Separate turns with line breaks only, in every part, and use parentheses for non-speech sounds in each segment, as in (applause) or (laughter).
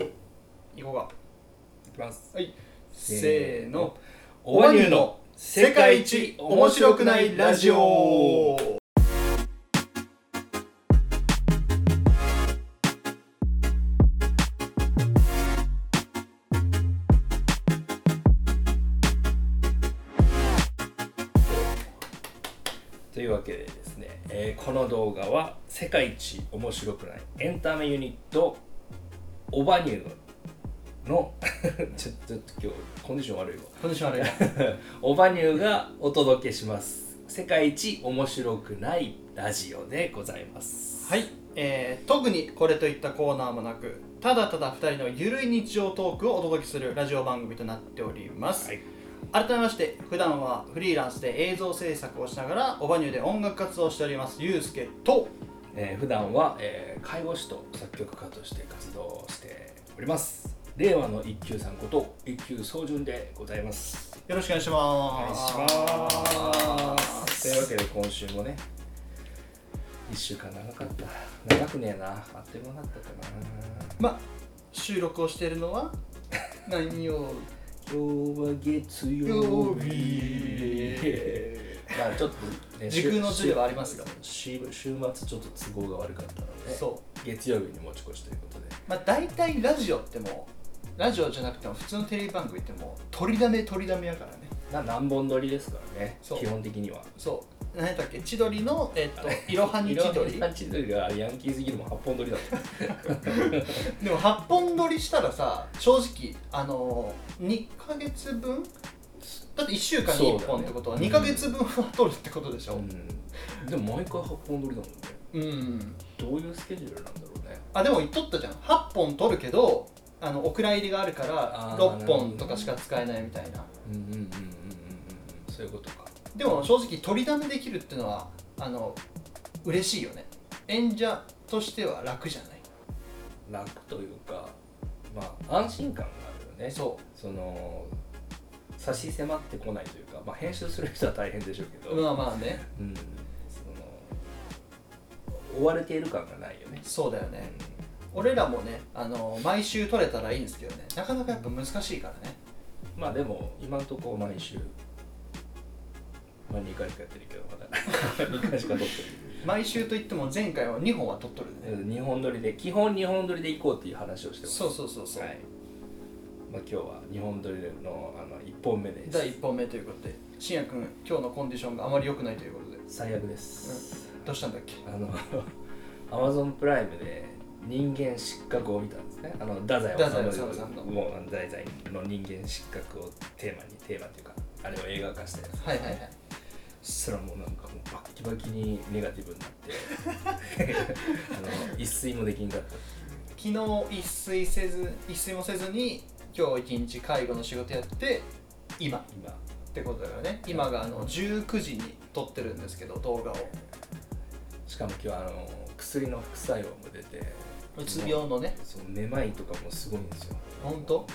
こうか
いきます
はい
せ
せー
ーの
の
オバニューの世界一面白くないラジオというわけでですね、えーこの動画は世界一面白くないエンタメユニットオバニューの (laughs) ちょちょっと今日コンディション悪いわ (laughs)
コンディション悪いな
オバニューがお届けします世界一面白くないラジオでございます
はい、えー特にこれといったコーナーもなくただただ2人のゆるい日常トークをお届けするラジオ番組となっております、
はい
改めまして普段はフリーランスで映像制作をしながらオバニューで音楽活動をしておりますゆうすけと
えー普段は、えー介護士と作曲家として活動をしております令和の一休さんこと一休総順でございます
よろしくお願いします
というわけで今週もね1週間長かった長くねえなあっという間だったかな
まあ収録をしているのは何曜
今日は月曜
曜
日
日
まあちょっと、ね、
時空のずれはありますが
週週週末ちょっと都合が悪かったので
そう
月曜日に持ち越しということで
まあ大体ラジオってもうラジオじゃなくても普通のテレビ番組ってもう取りだめ取りだめやからね
な何本撮りですからね
そう
基本的には
そう何だっけ千鳥のえっといろはに千鳥
ハチドリがヤンキーすぎるも8本撮りだった
でも8本撮りしたらさ正直あのー、2ヶ月分だって1週間に1
そうだね
本ってことは2ヶ月分は撮るってことでし
(laughs) う
ょ
んでも毎回8本撮りだもんね
うん、
どういうスケジュールなんだろうね
あでも言っとったじゃん8本撮るけどあのお蔵入りがあるか
あ
ら
ー
6本とかしか使えないみたいな
うんうんうんうんうんうんうんそういうことか
でも正直取りだめできるってのはあの嬉しいよね演者としては楽じゃない
楽というかまあ安心感があるよね
そ
その差し迫ってこないというか、まあ、編集する人は大変でしょうけ
う
ど、
まあまあね
うんその追われている感がないよね。
そうだよね俺らもねあの毎週撮れたらいいんですけどねなかなかやっぱ難しいからね
うんまあでも今のところ毎週、まあ、2回しかやってるけどまだ2回しか撮って
毎週といっても前回は2本は撮っとる
る
ね、
日本撮りで基本日本撮りで行こうっていう話をしてます。
そうそうそうそう、
はいまあ、今日は日本撮りのあの1本目です。
第1本目ということでしんやくん今日のコンディションがあまり良くないということで
最悪です。
どうしたんだっけ
あの (laughs) Amazon プライムで人間失格を見たんですね。あの太宰治
太宰治さん
の
の
もうあの太宰の人間失格をテーマにテーマというかあれを映画化したやつ。
はいはいはい
そしたらもうなんかもうバッキバキにネガティブになって (laughs) あの一睡もできんかった。
昨日一睡せず一睡もせずに今日一日介護の仕事やって今
今
ってことだよね今があの19時に撮ってるんですけど動画を
しかも今日あの薬の副作用も出て。
うつ病のね
そのめまいとかもすごいんですよ。
本当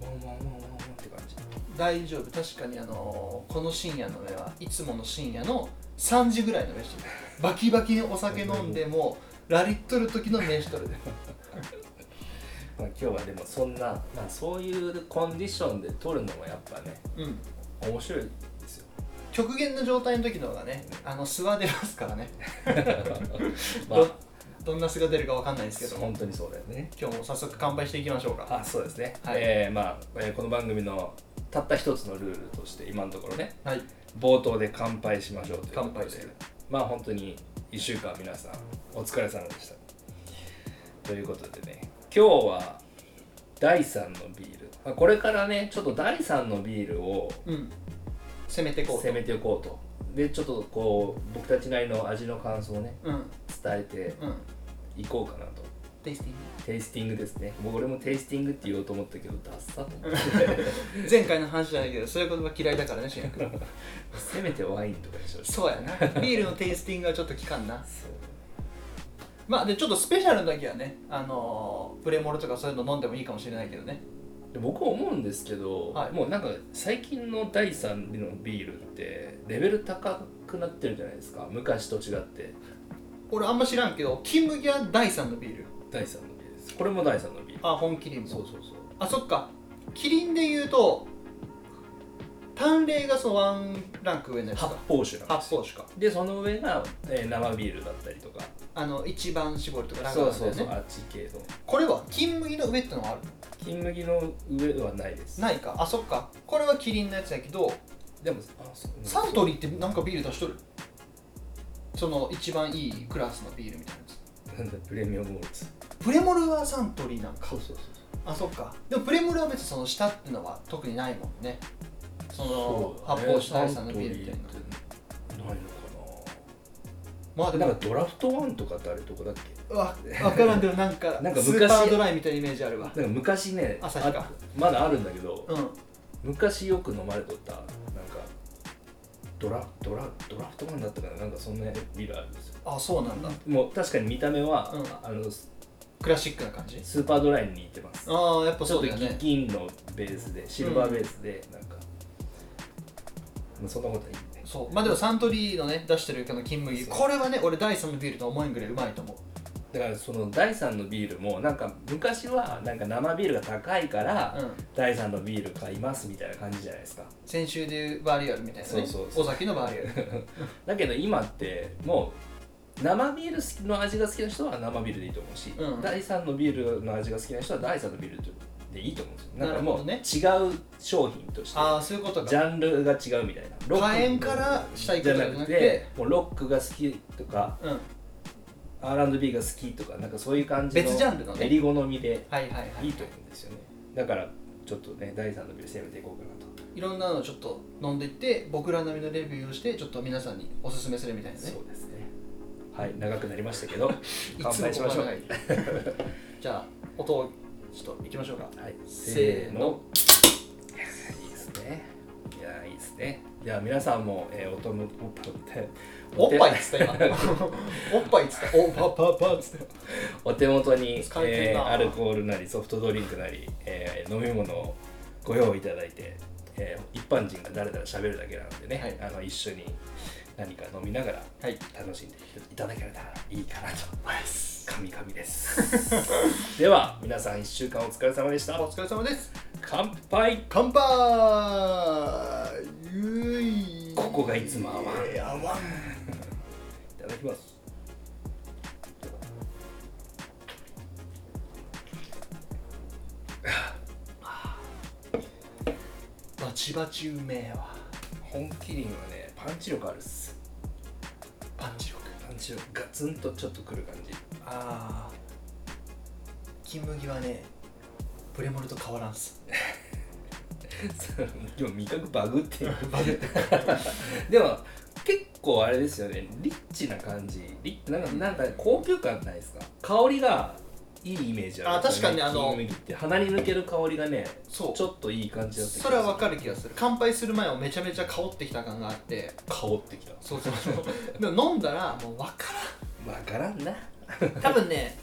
ワンワンワンワンワンって感じ。
大丈夫確かにあのこの深夜の目はいつもの深夜の3時ぐらいの目してるバキバキにお酒飲んでもうラリっとる時の目しと
(laughs)
るで
まあ、今日はでもそんな、まあ、そういうコンディションで撮るのもやっぱね
うん
面白いです
(laughs)
よ、
極限の状態の時の方がねあの素は出ますからね
まあ
ど、どんな素が出るかわかんないですけども
本当にそうだよね
今日も早速乾杯していきましょうか
あそうですね、
はい
えーまあ、えーこの番組のたった一つのルールとして今のところね
はい
冒頭で乾杯しましょうということで
乾杯する
まあ本当に1週間皆さんお疲れ様でしたということでね今日は第3のビール、まあ、これからねちょっと第3のビールを
うん攻めてこうと
攻めていこうとでちょっとこう僕たちなりの味の感想をね
うん
伝え
うん
ていこうかなと
テイステ
テイスティングですねもう俺もテイスティングって言おうと思ったけどダッサと思
(laughs)
って
ィング前回の話じゃないけどそういうことが嫌いだからねしんや
(laughs)
くん
せめてワインとかでしょ
そうやなビールのテイスティングはちょっと効かんな
そう
まあでちょっとスペシャルの時はねあのープレモルとかそういうの飲んでもいいかもしれないけどね
で僕思うんですけど、
はい
もうなんか最近の第3のビールってレベル高くなってるじゃないですか昔と違って
俺あんま知らんけどキムギャ第3のビール
第3のビールですこれも第3のビール
あ本キリンも
そうそうそう
あそっかキリンで言うと淡麗がそのワンランク上のやつ
発
か
泡酒なんです
発泡酒か
でその上が、えー生ビールだったりとか
あの一番絞りとかラガーだ
そう
よね
そうそうあっち系の
これは金麦の上ってのはある
金麦の上はないです
ないかあそっかこれはキリンのやつやけど
でもあそううん
サントリーってなんかビール出しとるその一番いいクラスのビールみたいなやつ
なんだプレミアムモルツ
プレモルはサントリーなんか
そうそうそう
あそっかでもプレモルは別にその下ってのは特にないもんねその
そう
発泡酒第三のビールみたいな
サントリーってないのか
まあ
な
で
なん
も
かドラフトワンとかってあれどこだっけ
わ分からんけどなんか
なんか昔
スーパードライみたいなイメージあるわ
なんか昔ね
朝日か
あまだあるんだけど、
うん
昔よく飲まれとったなんかドラドラドラフトワンだったかななんかそんなビールあるんですよ
あそうなんだ
もう確かに見た目は、
うん
あのス
クラシックな感じ
スーパードライに似てます
ああやっぱ
ちょ
そ
っ
う
と
だよね
銀のベースでシルバーベースでなんか、まあそんなことはいいね
そうまあでもサントリーのね出してるこの金麦
そう
これはね俺第3のビールとは思えんぐらいうまいと思う
だからその第3のビールもなんか昔はなんか生ビールが高いから、
うん
第3のビール買いますみたいな感じじゃないですか
先週でいうバリアルみたいなね
そうそうそう
尾崎のバリア (laughs) ル
(laughs) だけど今ってもう生ビール好きの味が好きな人は生ビールでいいと思うし、
うん
第3のビールの味が好きな人は第3のビールでいいと思うんですよなん
な
か
るほ
も
ど
う違
ね
う商品として
ああそういうこと
ジ
か
ャンルが違うみたいなロック
火炎からしたいこと
じゃ
じ
な
ゃな
く
く
て
て
もうロックが好きとか
うん
R&B が好きとかなんかそういう感じの
別ジャンルのね
襟好みで
はいはいはい
いいと思うんですよねだからちょっとね第3のビール攻めていこうかなと、
いろんなのをちょっと飲んでいって僕ら並みのレビューをしてちょっと皆さんにおすすめするみたいなね
そうですねはい長くなりましたけ
(laughs)
ど
い
乾
つも
杯しましょう
お互いにじゃあ音をちょっといきましょうか
はい、
せ
せ
ー
ー
の
の。いいですね。いやー、いいですね。じゃあ、皆さんも、えー、おとむ、おっぱい
おっ
手
ぱいっつった今 (laughs) おっぱいっつったおっぱぱぱっつった
お手元に、
疲れて
え
んな
ーアルコールなり、ソフトドリンクなり、えー飲み物をご用意いただいて、えー一般人が誰だら喋るだけなのでね、あの一緒に何か飲みながら
はい
楽しんでいただけたらいいかなと思います。神々です。 (laughs) では、皆さん1週間お疲れ様でした
お。疲れ様です
乾杯
乾杯ゆい
ここがいつも合わん
えー合わん
いただきます。
バチバチうめえわ
本麒麟はねパンチ力あるっす
パンチ力
パンチ力ガツンとちょっとくる感じ (laughs)
ああ金麦はねプレモルと変わらんす
今味覚バグってる
バグって
でも結構あれですよねリッチな感じリッなんかなんか高級感ないですか香りがいいイメージある
あ確かにねあの
金麦って鼻に抜ける香りがね
そう
ちょっといい感じだった
それはわ
る
かる気がする乾杯する前はめちゃめちゃ香ってきた感があって
香ってきた
そうそうそうでも飲んだらもうわからん
わからんな
多分ね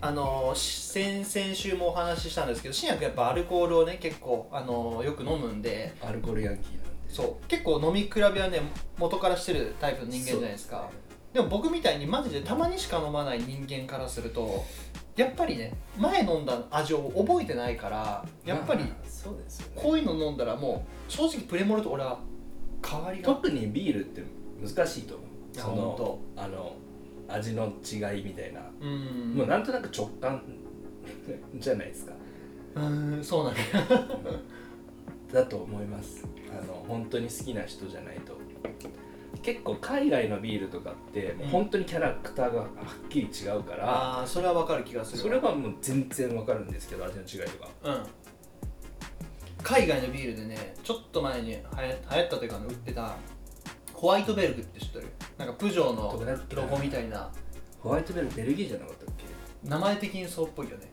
あのーし先々週もお話ししたんですけど新薬やっぱアルコールをね結構、あのーよく飲むんで
アルコールヤンキーなんで
そう結構飲み比べはね元からしてるタイプの人間じゃないですかでも僕みたいにマジでたまにしか飲まない人間からするとやっぱりね前飲んだ味を覚えてないからやっぱり
まあそうですよね
こういうの飲んだらもう正直プレモルと俺は変わりが
特にビールって難しいと思う
いや
そ
ほん
の
と
あの味の違いみたいな、
うーん
もうなんとなく直感 (laughs) じゃないですか
うーんそうなんだよ
だと思いますあの本当に好きな人じゃないと結構海外のビールとかってもう本当にキャラクターがはっきり違うから、
ああそれはわかる気がする
それはもう全然わかるんですけど味の違いとか
うん海外のビールでねちょっと前にはや流行ったというかね売ってたホワイトベルグって知ってるなんかプジョー
どこ
の
だっけな
ロゴみたいな
ホワイトベルベルギーじゃなかったっけ
名前的にそうっぽいよね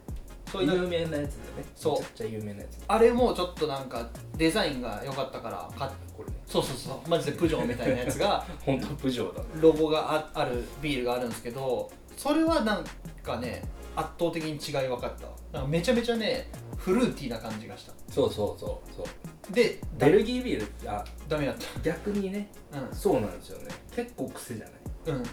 そういう
有名なやつだよね
そう
めちゃくちゃ有名なやつ
あれもちょっとなんかデザインが良かったから買っ
これね
そうそうそうマジでプジョーみたいなやつ (laughs) が
本当プジョーだ
ロゴがああるビールがあるんですけどそれはなんかね圧倒的に違い分かったなんかめちゃめちゃねフルーティーな感じがした
そうそうそうそう
でだ
ベルギービールってあ
ダメだっ
逆にね
たうん
そうなんですよね結構癖じゃない
うん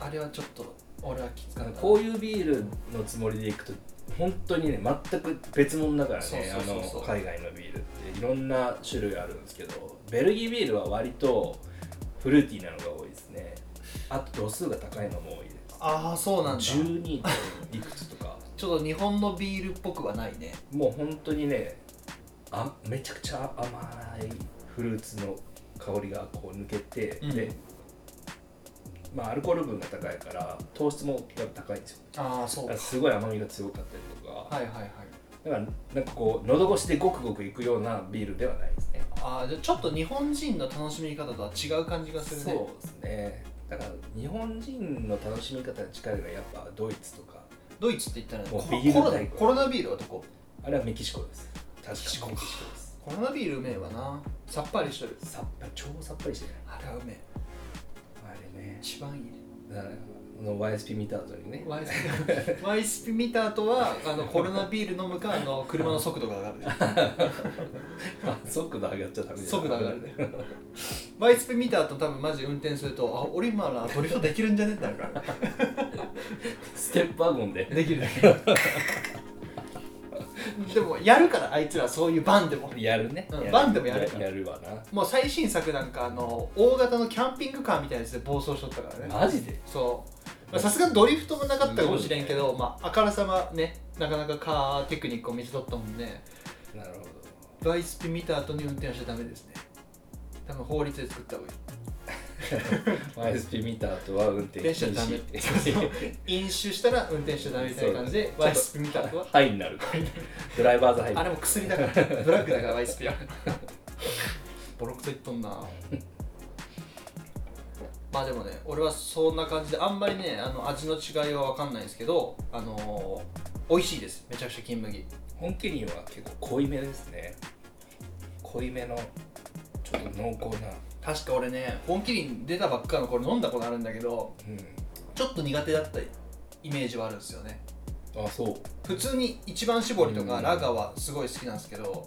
あれはちょっと俺はきつかった
こういうビールのつもりでいくと本当にね全く別物だからね
そうそうそうそう
あの海外のビールっていろんな種類あるんですけどベルギービールは割とフルーティーなのが多いですねあと度数が高いのも多いで
ああそうなんだ
す
ち
12いくつとか
ょっと日本のビールっぽくはないね
もう本当にねあめちゃくちゃ甘いフルーツの香りがこう抜けて、
うん
でまあアルコール分が高いから糖質もやっぱ高いんですよ
ああそ
だ
う
か
から
すごい甘みが強かったりとか、
はいはいはい
だからなんかこう喉越しでごくごくいくようなビールではないですね
ああじゃあちょっと日本人の楽しみ方とは違う感じがするね
そうですねだから日本人の楽しみ方の力がやっぱドイツとか
ドイツって言ったら
も
ねコ
うビール
コロナ
大国
コロナビールはどこ
あれはメキシコです確か
メ
にメキ
キ
シ
シ
コ
コ
で
か
す
コロナビールうめえわなさっぱりしてる
さっぱ超さっぱりしてない
あれはうめえ
あれね
一番いいね
だからあの YSP 見た後にね
ワ
(laughs)
イスピワイスピ見た後はあのコロナビール飲むかあの車の速度が上
(laughs)
がる
あ速度上がっちゃダメだよ
速度上がるねワイスピ見た後多分マジ運転するとあ俺今なドリフトできるんじゃねってなるから
ステップワゴン (laughs) で
できるだけ (laughs) でもやるからあいつらそういうバンでも
やるね、
うん
る
バンでもやるから
やるわな
もう最新作なんかあの大型のキャンピングカーみたいなやつで暴走しとったからね
マジで
そうまあさすがにドリフトもなかったかもしれんけど、まあ、あからさまねなかなかカーテクニックを見せとったもんね
なるほど
バイスピ見た後に運転はしちゃダメですね多分法律で作った方がい
YSP 見た後は運転禁
(laughs) 電車ダメ
止
い飲酒したら運転しちゃダメみたいな感じで
そう
バイスピ見た後は
ハイになるからドライバーズハイ
あれも薬だからドラッグだからバイスピはボロクソ言っとんなまあでもね俺はそんな感じであんまりねあの味の違いは分かんないんですけどあのー、美味しいですめちゃくちゃ金麦
本家には結構濃いめですね濃いめのちょっと濃厚な、
確か俺ね本麒麟出たばっかの頃飲んだことあるんだけど
う
ちょっと苦手だったイメージはあるんですよね
ん、あそう
普通に一番搾りと
う
か
ん
ラガーはすごい好きなんですけど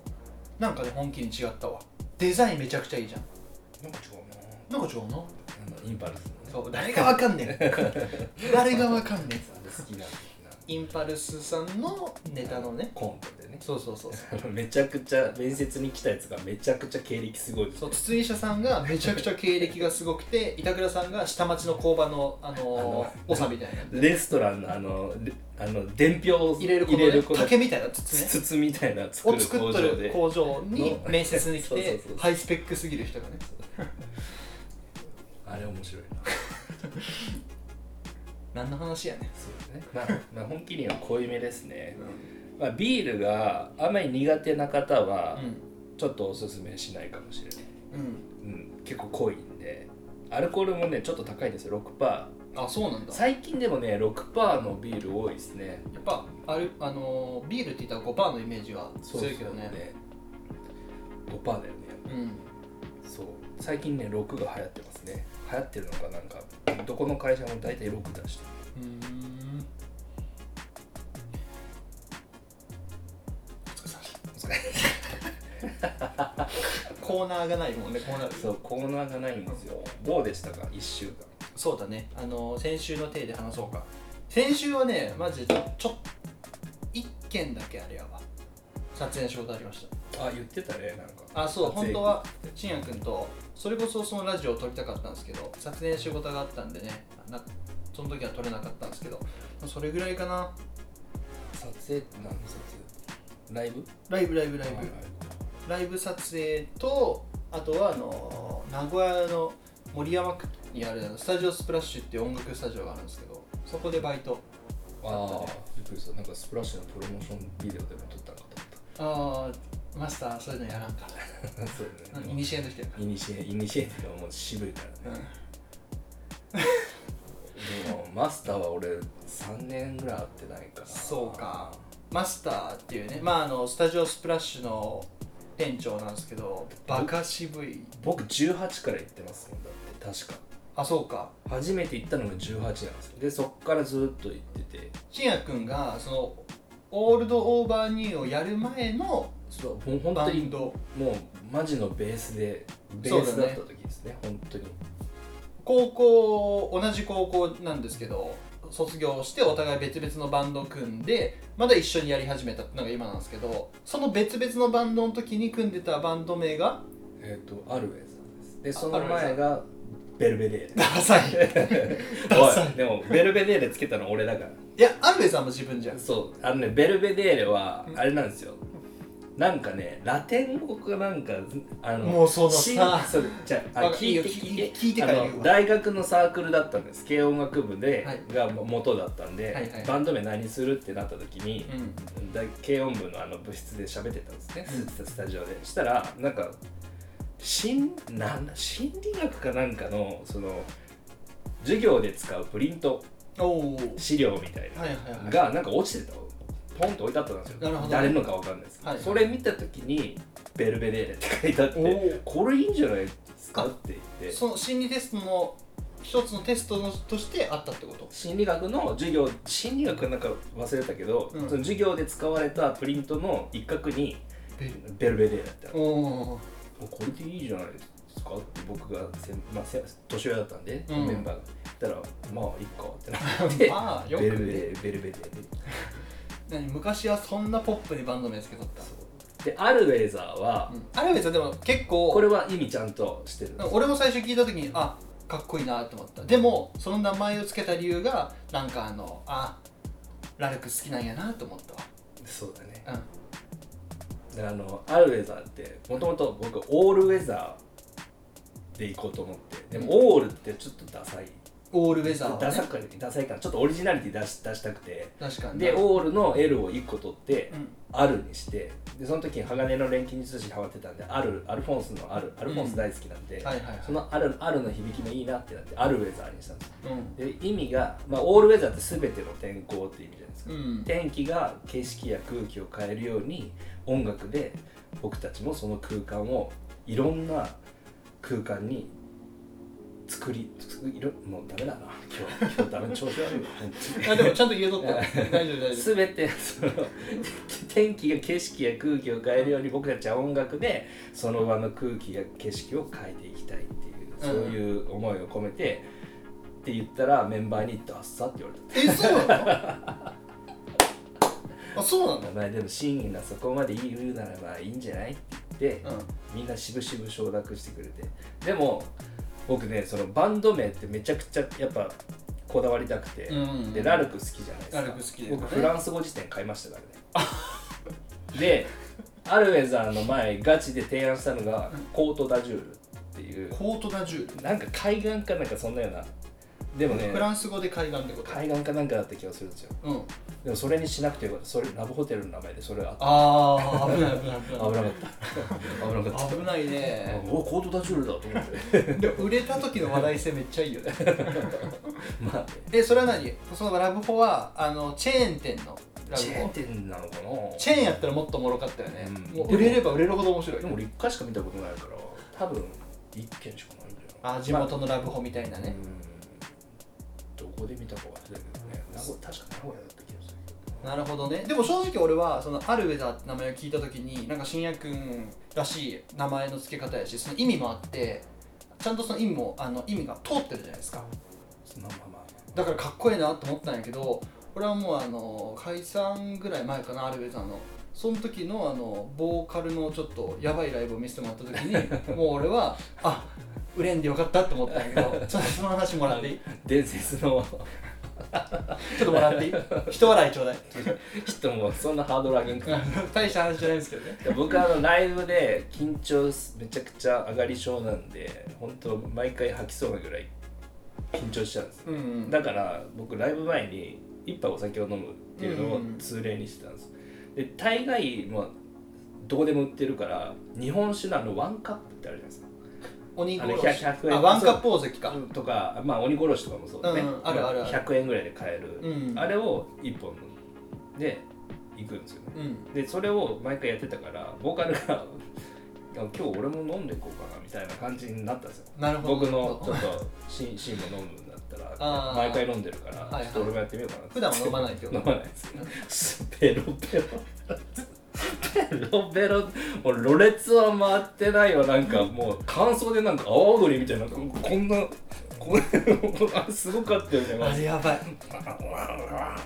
なんかね本気に違ったわデザインめちゃくちゃいいじゃん
なんか違う
なんか違うの
ななんだインパルス (laughs) のね
そう誰がわかんねえ誰がわかんねえ
あれ好きなんだよな
インパルスさんのネタのね
コントでね
そうそうそうそ
あのめちゃくちゃ面接に来たやつがめちゃくちゃ経歴すごいです
う筒井社さんがめちゃくちゃ経歴がすごくて板倉さんが下町の工場のあのー、長みたいな
レストランのあのレあの伝票を
入れるこの、
入れ
ね
る、この
竹みたいな筒ね
筒みたいなの作
を
る
作
工
っと
場
る
で
工場に面接に来
そうそう
て
そうそう
ハイスペックすぎる人がね
あれ面白いな
何の話やね
そうねまあ、まあ、本気には濃いめですね、まあ、ビールがあまり苦手な方は
う
ちょっとおすすめしないかもしれない、
ん、うん、
うん、結構濃いんでアルコールもねちょっと高いんですよ6%
あそうなんだ
最近でもね6%のビール多いですね
やっぱあるあのービールって言ったら5%のイメージが
そう
強いけどね
5%だよね
うん
そう最近ね6が流行ってますね流行ってるのかなんかどこの会社も大体6出してる
うーん
お疲れ
コーナーがないもんねコーナー
そうコーナーがないんですよどうでしたか1週間
そうだねあの先週の体で話そうか先週はねマジでちょちょ一件だけあれやわ撮影の仕事ありました
あ言ってたねなんか
あそう
撮影
本当は信也君とそれこそそのラジオを撮りたかったんですけど撮影の仕事があったんでねなその時は撮れなかったんですけどそれぐらいかな
撮影って何の撮影ライブ
ライブライブライ
は
ブ
いはい
ライブ撮影とあとはあの名古屋の森山区にあるあのスタジオスプラッシュっていう音楽スタジオがあるんですけどそこでバイト
ああびっくりしたなんかスプラッシュのプロモーションビデオでも撮ったのか
ああマスターそういうのやらん (laughs) か
と思った (laughs) そうだ
イ
ね
ニシエの人やか
イニシエイニシエっていうかもう渋いから
ら、
ねでもマスターは俺3年ぐらい会ってないから
そうかマスターっていうねまああのスタジオスプラッシュの店長なんですけどバカ渋い
僕18から行ってますもんだって確か
あそうか
初めて行ったのが18なんですよでそっからずっと行ってて
信也君がそのオールドオーバーニューをやる前の
そうほん本
バ
当
ン
に
ド
もうマジのベースでベ
そ
ー
うだ
ス
ね
だった時ですね本当に
高校同じ高校なんですけど卒業してお互い別々のバンドを組んでまだ一緒にやり始めたのが今なんですけどその別々のバンドの時に組んでたバンド名が
えっ、とアルウェイさんですでそ
アル
の
ウェイさん
前がベルベ
(laughs)
デーレ
ダサいダサい
おいでもベルベデーレつけたの俺だから
いやアルベさんも自分じゃん
そうあのねベルベデーレは
うん
あれなんですよ、なんかねラテン語かなんかあの
もうその
し
さ
そうじゃああ
わか
聞いて
いいよ
聞いて
聞いて
あ
から言う
の
わ
大学のサークルだったんです軽音楽部で、
はい
が元だったんで、
はいはい
バンド名何するってなった時に、
うん
大軽音部のあの部室で喋ってたんですね、スタジオでしたらなんか心なんだ心理学かなんかのその授業で使うプリント
おおー
資料みたいな
はいはいはい
がなんか落ちてたのポンと置いてあったんですよ
なるほど
誰のかわかんないですけど、
はい
それ見た時に「ベルベレーレ」って書いてあっ
お
て
ー
これいいんじゃないですかって言って
その心理テストの一つのテストのとしてあったってこと
心理学の授業心理学なんか忘れたけど、
うん
その授業で使われたプリントの一角に
ベル
「ベルベレーレ」ってあって
おお
もうこれでいいじゃないですかって僕がせん、まあ、せ年上だったんで、
うん
メンバーが言ったらまあいいかってなって
まあよ
ベルベレ
く
ーベルベレーレ
何昔はそんなポップにバンド名つけとった
そうでアルウェイザーは、
うんアルベさんでも結構
これは意味ちゃんとしてるんです
俺も最初聞いた時にあかっこいいなと思ったでもその名前を付けた理由がなんかあのあラルク好きなんやなと思った
そうだね
わ
であのアルウェザーってもともと僕オールウェザーで行こうと思ってでも、オールってちょっとダサい
うんオールウェザー
ダ
は、
サ
ね、
くダサいからちょっとオリジナリティ出し出したくて
確かに
で
うん
オールの L を1個取って、アルにしてでその時に鋼の錬金術師にハマってたんでアルアルフォンスのアルアルフォンス大好きなんで、
はいはいはい
そのアルアルの響きもいいなってなってアルウェザーにしたんです
うん
で意味が、まあ、オールウェザーって全ての天候って意味じゃないですか、
うん
天気が景色や空気を変えるように音楽で僕たちもその空間をいろんな空間に作り作りいろもうダメだな今日今日ダメ調子悪いわ本当に
あでもちゃんと言えとったよ大丈夫
(laughs)
大丈
全てその天気が景色や空気を変えるように僕たちは音楽でその場の空気や景色を変えていきたいっていうそういう思いを込めて、って言ったらメンバーに「ダッサ」って言われた。
夫えそう (laughs) なのあそうなの
まあでも真意がそこまで言うならばいいんじゃないって言って、
うん
みんなしぶしぶ承諾してくれてでも僕ねそのバンド名ってめちゃくちゃやっぱこだわりたくて、
うん
でラルク好きじゃないですか
ラルク好きだよね
僕フランス語辞典買いましたからねでアルウェザーの前ガチで提案したのがコート・ダジュールっていう
コートダジュール
なんか海岸かなんかそんなようなでもね
フランス語で海岸ってこと
海岸かなんかだった気がするんですよ
うん
でもそれにしなくてよかったそれラブホテルの名前でそれあった
ああ危ない危ない
(laughs) 危なかった。危なかっ
危ない
た。
ね
おコートダジュールだと思って。
で売れた時の話題性めっちゃいいよね
まあ、
えそれは何そのラブホはあのチェーン店のラブ
チェーン
ホ
店なのかな。
チェーンやったらもっともろかったよね、
うん
もう売れれば売れるほど面白い
でも俺一回しか見たことないから、多分一軒しかないんだよな。
あ地元のラブホみたいな
う
ね、
ん。どこで見たか忘れたけどね。名古確か名古屋だった気がするけど。
なるほどねでも正直俺はそのアルウェザーって名前を聞いた時になんか信也君らしい名前の付け方やしその意味もあってちゃんとその意味もあの意味が通ってるじゃないですか
まあまあま
だからかっこいいなと思ったんやけど俺はもうあの解散ぐらい前かなアルベさんのその時のあのボーカルのちょっとやばいライブを見せてもらった時 (laughs) にもう俺はあ売れんでよかったって思ったんやけどちょっとその話もらっていい
あ。伝説の
ちょっともらっていい人笑いちょうだい
人もそんなハードル上げん (laughs) から。
大した話じゃないんですけどね
で僕あのライブで緊張すめちゃくちゃ上がり症なんで本当毎回吐きそうなぐらい緊張しちゃうんですよ
うんうん
だから僕ライブ前に一杯お酒を飲むっていうのを通例にしてたんです、で大概まあどこでも売ってるから日本酒のあのワンカップってあるじゃないですか
お肉
あれ
おろし
100円
あワンカップ大関か
とか、まあ、鬼殺しとかもそうだね、
うんうんあるある
ま100円ぐらいで買える、
うん
あれを1本で行くんですよね
うん
でそれを毎回やってたからボーカルが (laughs) いや「今日俺も飲んでいこうかな」みたいな感じになったんですよ
なるほど
僕のちょっとシンシンも飲むんだったら
あー
毎回飲んでるから、
はいはい
ちょっと俺もやってみようかな
普段 (laughs) は飲まないけど
飲まないですねペロペロペロペロもうろれつは回ってないよなんかもう感想でなんか泡ぐりみたいなこんなこれあれ (laughs) すごかったよねマ
あ
ジ
れ
で
やばい
あ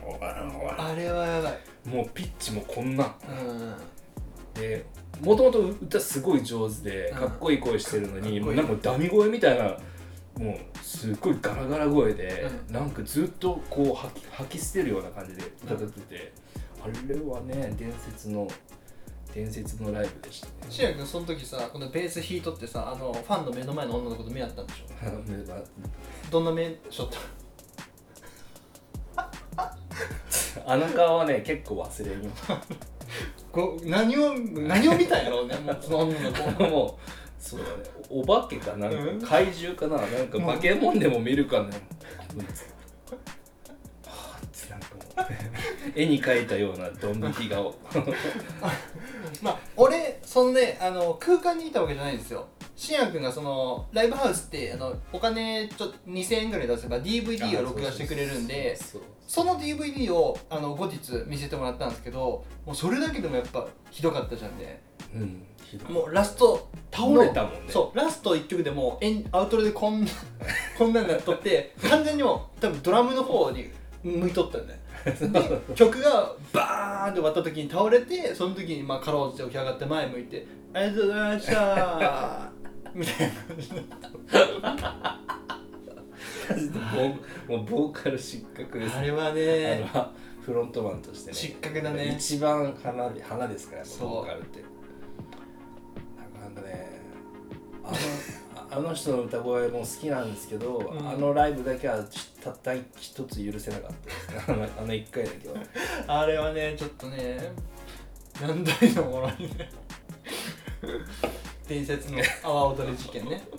あれはやばい
もうピッチもこんな
うん
でもともと歌すごい上手で
うん
かっこいい声してるのに、
かっ
も
こ
う
いい
なんかダミ声みたいなもうすっごいガラガラ声で、
う
なんかずっとこう吐き吐き捨てるような感じで歌ってて、あれはね伝説の伝説のライブでしたね。
しやくんその時さこのベース弾いとってさあのファンの目の前の女の子と目合ったんでしょ
(laughs)
どんな目しょった
穴川はね結構忘れる
こう何を何を見たん (laughs) やろうねもうその女の子
(laughs) もうそうだねお化けかなんか、
うん
怪獣かななんか化け物でも見るかねはあってなんかもう絵に描いたようなドン引き顔
まあ俺そんであの空間にいたわけじゃないんですよしやくんがそのライブハウスってあのお金ちょっと2000円ぐらい出せば DVD を録画してくれるんで
そうそう
その DVD をあの後日見せてもらったんですけどもうそれだけでもやっぱひどかったじゃんね
そううんひどい (laughs)
もうラスト
倒
の
れたもんね
そうラスト1曲でもうエンアウトロでこ
(laughs)
んなこんなんなっとって完全にもう多分ドラムの方に向いとったん
(laughs)
だよで曲がバーンって終わった時に倒れてその時にまあかろうじて起き上がって前向いて「ありがとうございました」みたいな感じで
ボーもうボーカル失格です
あれは
あの
ね
フロントマンとしてね
失格だね
一番花で花ですから
そう
ボーカルってなかなかねあのあの (laughs) 人の歌声も好きなんですけど、
ん
あのライブだけはたった一つ許せなかったですねあのあの一回だけは
あれはねちょっとね何台のものにね伝説の阿波踊り事件ね
(laughs)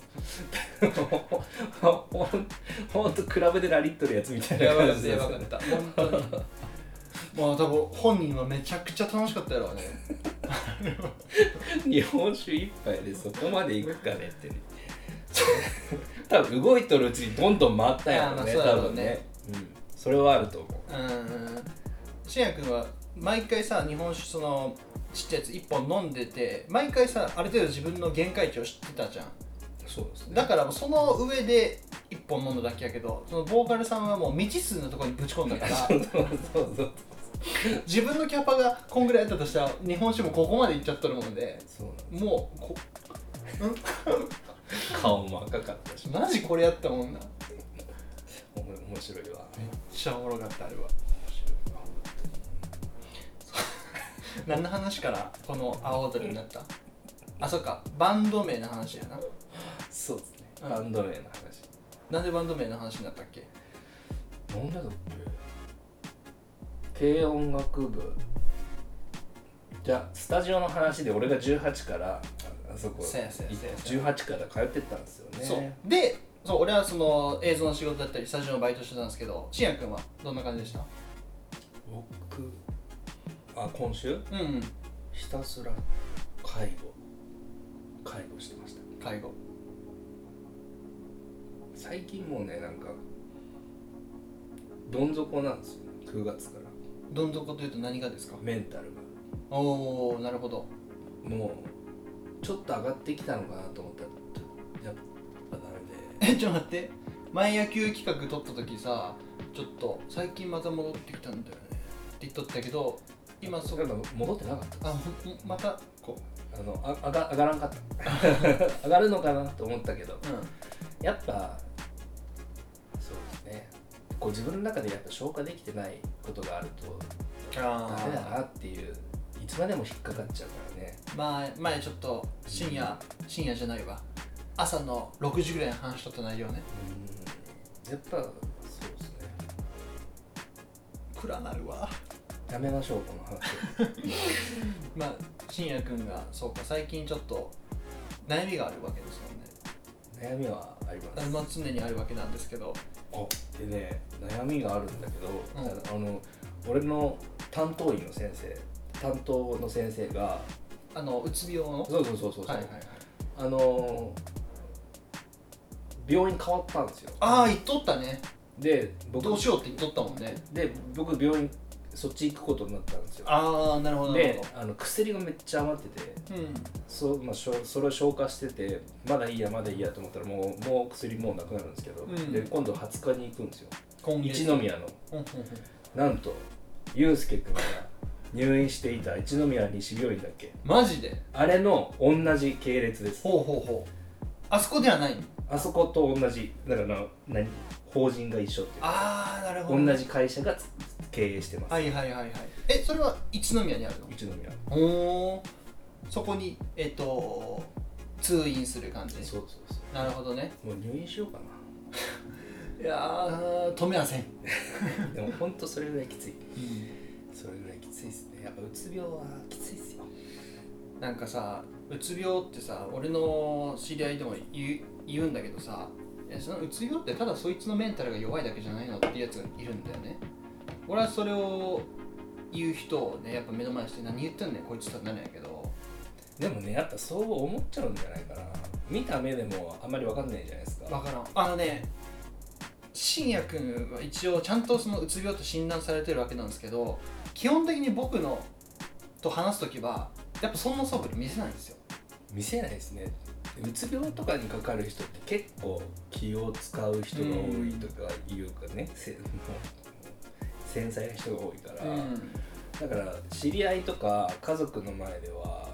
ほんほんと比べてラリっとるやつみたい
やばか
な感
っ
じ
た
で
や
す
ば
よ
かっ
ね
た本当にまあ多分本人はめちゃくちゃ楽しかったやろうね
(laughs) 日本酒一杯でそこまで行くかねってね (laughs) 多分動いとるうちにどんどん回ったんやろう
あ
ね
ーまあそうや
多
ろう
分
ね
ね、うん、それはあると思う
うんしんやくんは毎回さ日本酒そのちっちゃいやつ1本飲んでて毎回さある程度自分の限界値を知ってたじゃん
そうですね
だからその上で1本飲んだだけやけどそのボーカルさんはもう未知数のところにぶち込んだ (laughs) から
そうそうそうそう
自分のキャパがこんぐらいあったとしたら日本酒もここまでいっちゃっとるもんで
そうな
もうこ
の顔も赤かったし
マジこれやったもんなめっ
おも面白いわ
ちゃおもろかったあれは何の話からこの青踊りになったあそっかバンド名の話やな
そうですね
うん
バンド名の話
なんでバンド名の話になったっけ
なんでだっけ軽音楽部じゃあスタジオの話で俺が18からああそこ
そうやそうやそうや
18から通ってたんですよね
そうでそう俺はその映像の仕事だったりスタジオのバイトしてたんですけどしんやくんはどんな感じでした
僕あ今週
うん、うん、
ひたすら介護介護してました
介護
最近もうねなんかどん底なんですよ9月から
どん底というと何がですか
メンタルが
おおなるほど
もうちょっと上がってきたのかなと思ったらちょっとやっぱダメで
えちょっと待って前野球企画撮った時さちょっと最近また戻ってきたんだよねって言っとったけど今そ
な
こ
んか戻ってなかった
あほんまた
こうあのあ上が上がらんかった上がるのかなと思ったけど
う
やっぱそうですねこう自分の中でやっぱ消化できてないことがあると
ん
ダメだなっていういつまでも引っかかっちゃうからね
まあ前ちょっと深夜深夜じゃないわ朝の6時ぐらいに話しとった内容ね
うんやっぱそうですね
暗なるわ
やめましょうこの話
まあ深夜くんがそうか最近ちょっと悩みがあるわけですよね
悩みはあります
あまあ常にあるわけなんですけど
でね悩みがあるんだけど、
うん
あの俺の担当医の先生担当の先生が
あのうつ病の
そうそうそうそう、
はいはいはい
あのー病院変わったんですよ
ああ言っとったね
で僕
どうしようって言っとったもんね
で僕病院そっち行くことになったんですよ
ああなるほどなる
で
ほ
あの薬がめっちゃ余ってて
どうん
そ,、まあ、しょそれを消化しててまだいいやまだいいやと思ったらもうもう薬もうなくなるんですけど、
うん
で今度20日に行くんですよ
今
一
月
宮の
うんうん
なんと祐介君が入院していた一宮西病院だっけ
マジで
あれの同じ系列です
ほうほうほうあそこではないの
あそこと同じだからな何法人が一緒っていう
ああなるほど
同じ会社がつ経営してます、
はいはいはいはいえそれは一宮にあるの
一宮
おおそこにえっと通院する感じ
そうそうそ
なるほどね
うもう入院しようか
いやー止めはせん、
(laughs) なでも本当それぐらいきついそれぐらいきついですねやっぱうつ病はきついですよ
なんかさうつ病ってさ俺の知り合いでも言う言うんだけどさえそのうつ病ってただそいつのメンタルが弱いだけじゃないのっていうやつがいるんだよね俺はそれを言う人をねやっぱ目の前にして何言ってんねんこいつとはなるんやけど
でもねやっぱそう思っちゃうんじゃないかな見た目でもあんまり分かんないじゃないですか
わからんあのね信也くんは一応ちゃんとそのうつ病と診断されてるわけなんですけど基本的に僕のと話す時はやっぱそんな素振り見せないんですよ
見せないですねうつ病とかにかかる人って結構気を使う人が多いとかいうかね、せもう繊細な人が多いから、だから知り合いとか家族の前では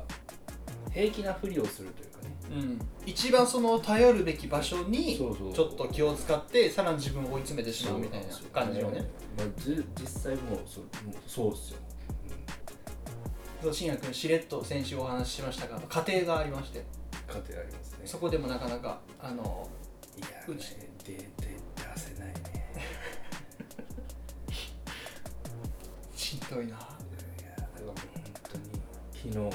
平気なふりをするというかね
うん、一番その頼るべき場所にち
そうそう
ょっと気を使ってさらに自分を追い詰めてしまうみたいな感じをね、
まあ、じ実際もうそもうそうですよ、
そう信也君しれっと先週お話ししましたが家庭がありまして
うん、家庭ありますね
そこでもなかなかあの
いや
う
ね
ち
でで出せないね
しんどいない
やだからもう本当に昨日は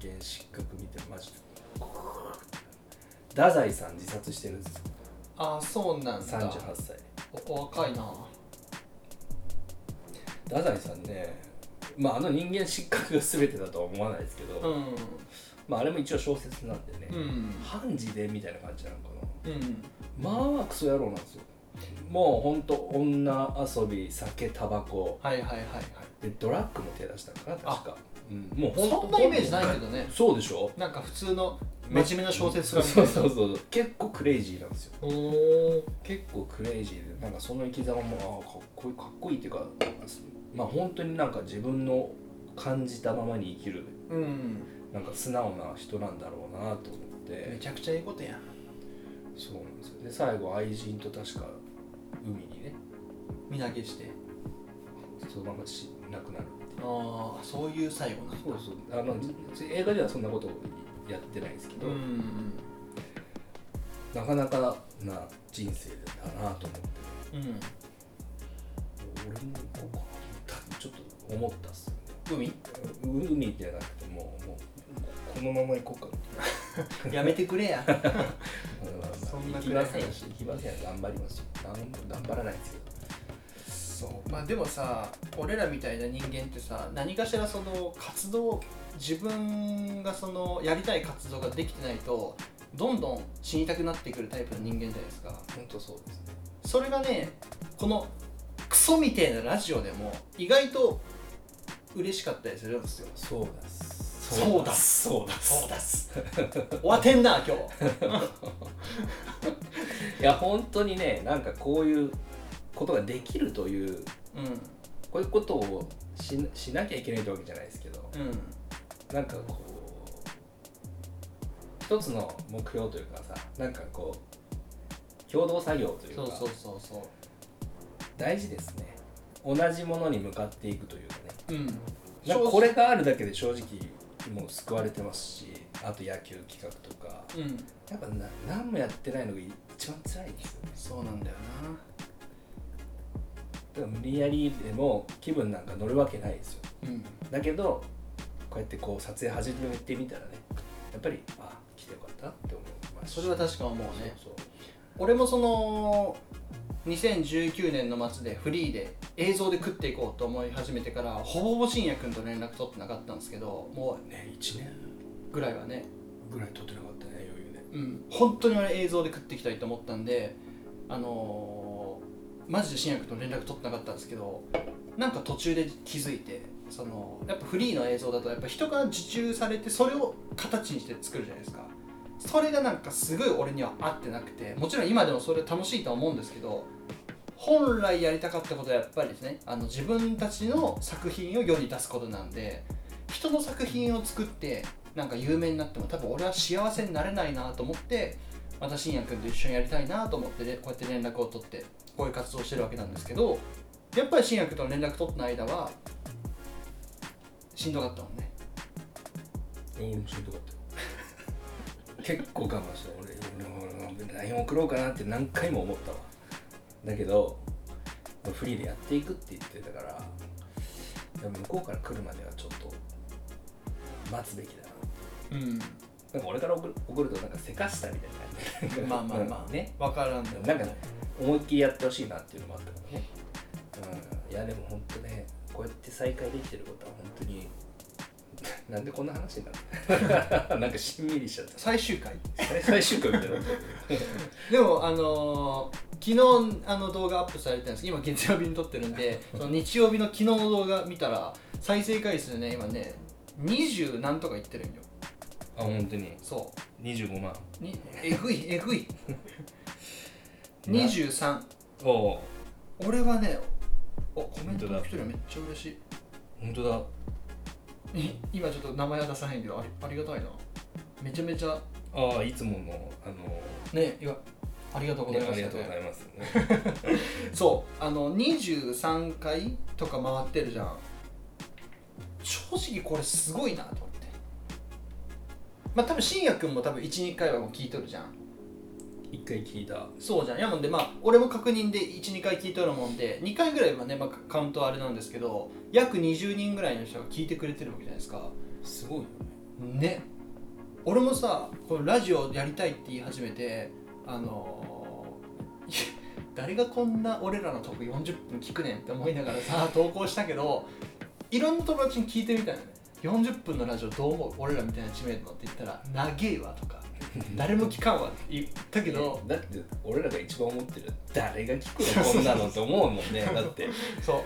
人間失格見てマジで太宰さん自殺してるんですよ
あそうなんだ
38歳
おお若いな
太宰さんねまああの人間失格が全てだとは思わないですけど、
うん
まああれも一応小説なんでね、
うん
判事でみたいな感じなのかな
うん
まあまあクソ野郎なんですよもうほんと女遊び酒タバコ
はいはいはいはい
でドラッグも手出したのかな確か、うん、もうほと
そんなイメージないけどね
そうでしょ
なんか普通の真面目な小説家みた
そ
いうな
そうそう結構クレイジーなんですよ
おー
結構クレイジーでなんかその生き様もああかっこいいかっこいいっていうかまあ本当になんか自分の感じたままに生きる
うん
なんか素直な人なんだろうなと思って
めちゃくちゃいいことやん
そうなんですよで最後愛人と確か海にね
身投げして
そのままし亡くなるっていう
ああそういう最後なんだ
そうそうあのじ映画ではそんなことやってないんですけど、
ん
なかなかな人生だなと思って
うん
俺もここちょっと思ったっすよね
海
海じゃなくてもうもうこのまま行こうか
やめてくれやそ
そ
ん
ん
な
な
く
き
らい
ませんし行きません頑張りますよ頑頑張らないですけ
そうまあでもさ俺らみたいな人間ってさ何かしらその活動自分がそのやりたい活動ができてないとどんどん死にたくなってくるタイプの人間じゃないですか
ど本当そうですね
それがねこのクソみてえなラジオでも意外と嬉しかったりするんですよ
そうだす
そうだ
そうだす
だっす終わってんな今日
いや本当にねなんかこういうことができるという
う
こういうことをしなしなきゃいけないってわけじゃないですけど
んうん
なんかこう一つの目標というかさなんかこう共同作業というか
そうそうそうそ
大事ですね同じものに向かっていくというかね
ううん
なんかこれがあるだけで正直もう救われてますしあと野球企画とか
うん
やっぱな何もやってないのが一番辛いんですよね
そうなんだよ
だから無理やりでも気分なんか乗るわけないですよ
なうん
だけどこうやってこう撮影始めてみたらねやっぱりあ来てよかったって思います
それは確か思うね
そう
俺もその2019年の末でフリーで映像で食っていこうと思い始めてからほぼほぼ信也君と連絡取ってなかったんですけども
そうね1年
うぐらいはね
ぐらい撮ってなかったね余裕で
うん本当に俺映像で食っていきたいと思ったんであのーマジで信也君と連絡取ってなかったんですけどなんか途中で気づいてそのやっぱフリーの映像だとやっぱ人が受注されてそれを形にして作るじゃないですかそれがなんかすごい俺には合ってなくてもちろん今でもそれ楽しいとは思うんですけど本来やりたかったことはやっぱりですねあの自分たちの作品を世に出すことなんで人の作品を作ってなんか有名になっても多分俺は幸せになれないなと思ってまた信也君と一緒にやりたいなと思ってねこうやって連絡を取ってこういう活動をしてるわけなんですけどやっぱり新薬との連絡取った間はしんどかったもんね
俺もしんどかったよ結構我慢した俺俺俺 LINE 送ろうかなって何回も思ったわだけどフリーでやっていくって言ってたからでも向こうから来るまではちょっと待つべきだな
うん
なんか俺から送る送るとなんかせかしたみたい
(laughs)
な
まあまあま
(laughs) う
あ
んね
分からんでも
なんか思いっきりやってほしいなっていうのもあったからね、うん、いやでも本当ねこうやって再会できてることは本当になんでこんな話になった (laughs) なんかしんみりしちゃった
最終回
最最終回みたいな
でもあのー昨日あの動画アップされてるんですけど今月曜日に撮ってるん (laughs) でその日曜日の昨日の動画見たら再生回数ね今ね20何とかいってるんよ
あ本当に
そ
25万
うにえぐ (laughs) いえぐい23
おお
俺はねおコメントの人にはめっちゃ嬉しい
本当だ
い今ちょっと名前は出さないけどありありがたいなめちゃめちゃ
ああいつものあの
ねいやありがとうござい
ね
ま
あ
す
りがとうございます、ね、
そうあの23回とか回ってるじゃん正直これすごいなと思ってまあ多分信也君も多分12回はもう聞いとるじゃん
一回聞いた
そうじゃんやもんでまあ俺も確認で12回聞いとるもんで2回ぐらいはね、まあ、カウントはあれなんですけど約20人ぐらいの人が聞いてくれてるわけじゃないですか
すごいよね
ね俺もさこのラジオやりたいって言い始めてあのーい (laughs) や誰がこんな俺らのトーク40分聞くねんって思いながらさ投稿したけどいろんな友達に聞いてみたいなね40分のラジオどう思う俺らみたいな知名度って言ったら「長えわ」とか「誰も聞かんわ」って言ったけど
だって俺らが一番思ってる誰が聞 (laughs) くのこんなのと思うも (laughs) んねだって
そ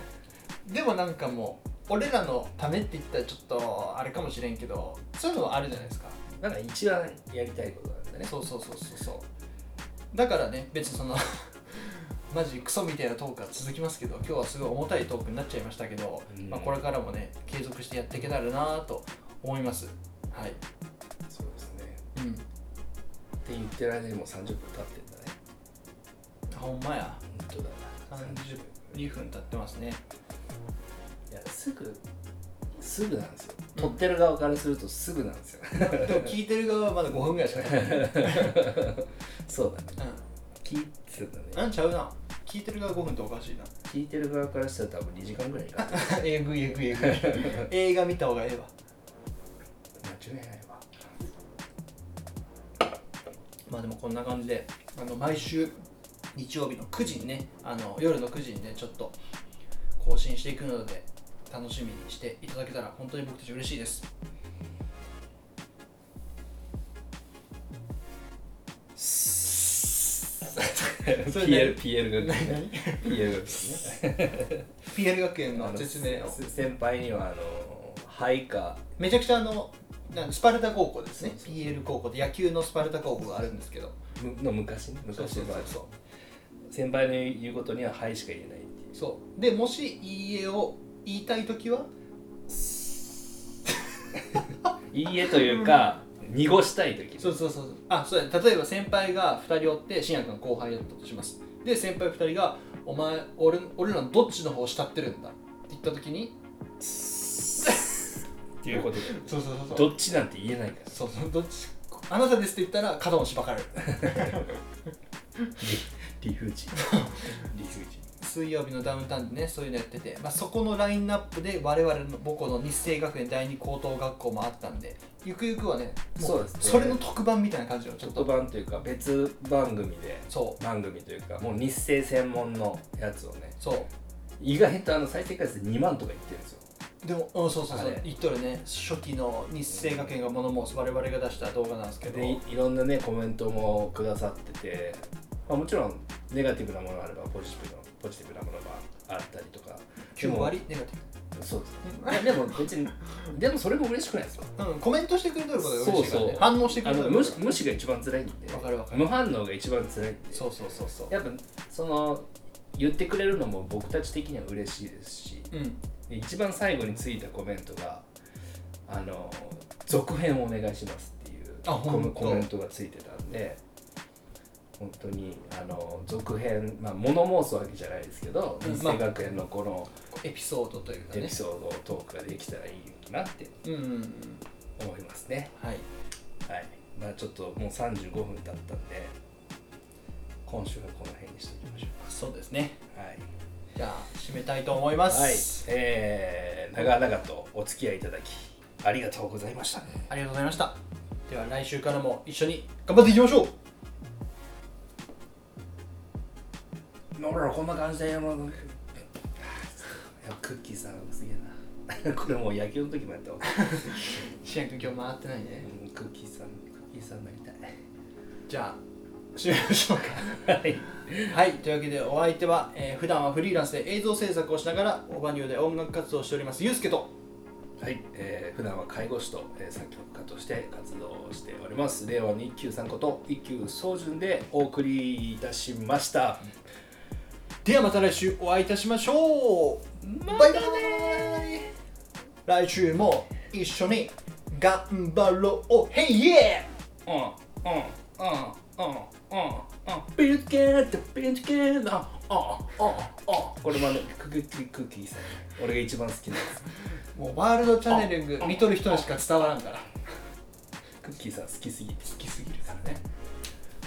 うでもなんかもう俺らのためって言ったらちょっとあれかもしれんけどそういうのはあるじゃないですか
なんか一番やりたいことなんだね
そうそうそうそうそうだからね別にその (laughs) マジクソみたいなトークが続きますけど今日はすごい重たいトークになっちゃいましたけど、
うん
まあ、これからもね継続してやっていけたらなと思いますはい、
そうですね
うん、
って言ってる間にもう30分経ってんだね
あほんまや
本当だな
32分経ってますね
いやすぐすぐなんですよ撮ってる側からするとすぐなんです (laughs) よ、
(laughs) でも聞いてる側はまだ5分ぐらいしかない、
(laughs) そうだね
う
聞いてたね
ん、なんちゃうな聞いてる側5分っておかしいな
聞いてる側からしたら多分2時間ぐらいかかってる
(laughs) えぐいえぐいえぐい (laughs) 映画見た方がええわ
間違いない (laughs) わ
まあでもこんな感じであの毎週日曜日の9時にねあの夜の9時にねちょっと更新していくので楽しみにしていただけたら本当に僕たち嬉しいですそれ何
PL, PL が PL がですね
PL 学園
あ
の
の
説明を
せ先輩にはあの配下
めちゃくちゃあのなんスパルタ高校ですね PL 高校で野球のスパルタ高校があるんですけど
むの昔ね昔の場合
そう
先輩の言うことには「はい」しか言えないっていう
そうでもし「いいえ」を言いたい時は
いいえというか濁し
(laughs)
たい時
そうそうそうそうあそうだね例えば先輩が2人おって信也君が後輩だったとしますで先輩2人が「お前俺俺らのどっちの方を慕ってるんだ」って言った時に
っていうことで
そうそうそう
どっちなんて言えないから
そうそうどっちあなたですって言ったら肩をしばかれる
理
(laughs)
不尽理不尽
水曜日のダウンタウンでねそういうのやってて、まあ、そこのラインナップで我々の母校の日清学園第二高等学校もあったんでゆくゆくはねも
そうですね
それの特番みたいな感じのち
ち
ょ
ょ
っ
っと
と
番というか別番組で
そう
番組というかもう日生専門のやつをね
そう
意外とあの再生回数2万とかいってるんですよ
でも、うん、そうそうそ
あ
う
れ
言っとるね初期の日清学園が物申す我々が出した動画なんですけど
でいいろんなねコメントもくださってて、まあ、もちろんネガティブなものがあればポジティブなポジティブなものがあったりとか
9割ネガティ
そうですねいやでも別にでもそれも嬉しくない
(laughs)
ですか
ブうんコメントしてくれてることが嬉しいからね
そうそう
反応してく
あ
れてる
の
こと
無
が
視無視が一番辛いんで
わかるわかる
無反応が一番辛いんで
そうそうそうそう
やっぱその言ってくれるのも僕たち的には嬉しいですし
うん
で一番最後についたコメントが「あの続編お願いします」っていう
あ
コメ
ほんと
コメントがついてたんで本当にあの続編、まあ、物申すわけじゃないですけど
うん
水星学園のこの
エピソードというか
エ
ね
ピソードをトークができたらいいなって
うんうんうん
思いますね。
はい
はいまあ、ちょっともう35分経ったんで今週はこの辺にしておきましょ
そうですね
う。はい
じゃあ締めたいと思いま
はい
す、、
えー、長々とお付き合いいただきありがとうございました。
ありがとうございましたでは来週からも一緒に頑張っていきましょう
俺らこんな感じでやろういやクッキーさんすげえなこれもう野球の時もやったわ、
しやくん今日回ってないうね
ん、クッキーさんクッキーさんになりた
じゃあ締めまし (laughs) ょうか
い
は
はい
い、というわけでお相手は、えー普段はフリーランスで映像制作をしながらオバニューで音楽活動をしておりますゆうすけと
はい、えー、普段は介護士と、えー、作曲家として活動をしております令和の一休さんこと一休宗純でお送りいたしました
ではまた来週お会いいたしましょうバイバイ来週も一緒に頑張ろうヘイエ
うんうんうんうんうんうんビートゲートビートゲートああああこれもあのクッキークッキーさん俺が一番好きなやつ
ーもうワールドチャネリング見とる人にしか伝わらんから
クッキーさん好きすぎて好きすぎるからね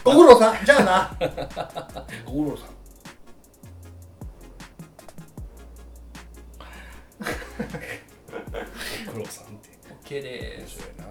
ご苦労さんじゃあな
五郎 (laughs) さん五郎さんって
OK で
面白いな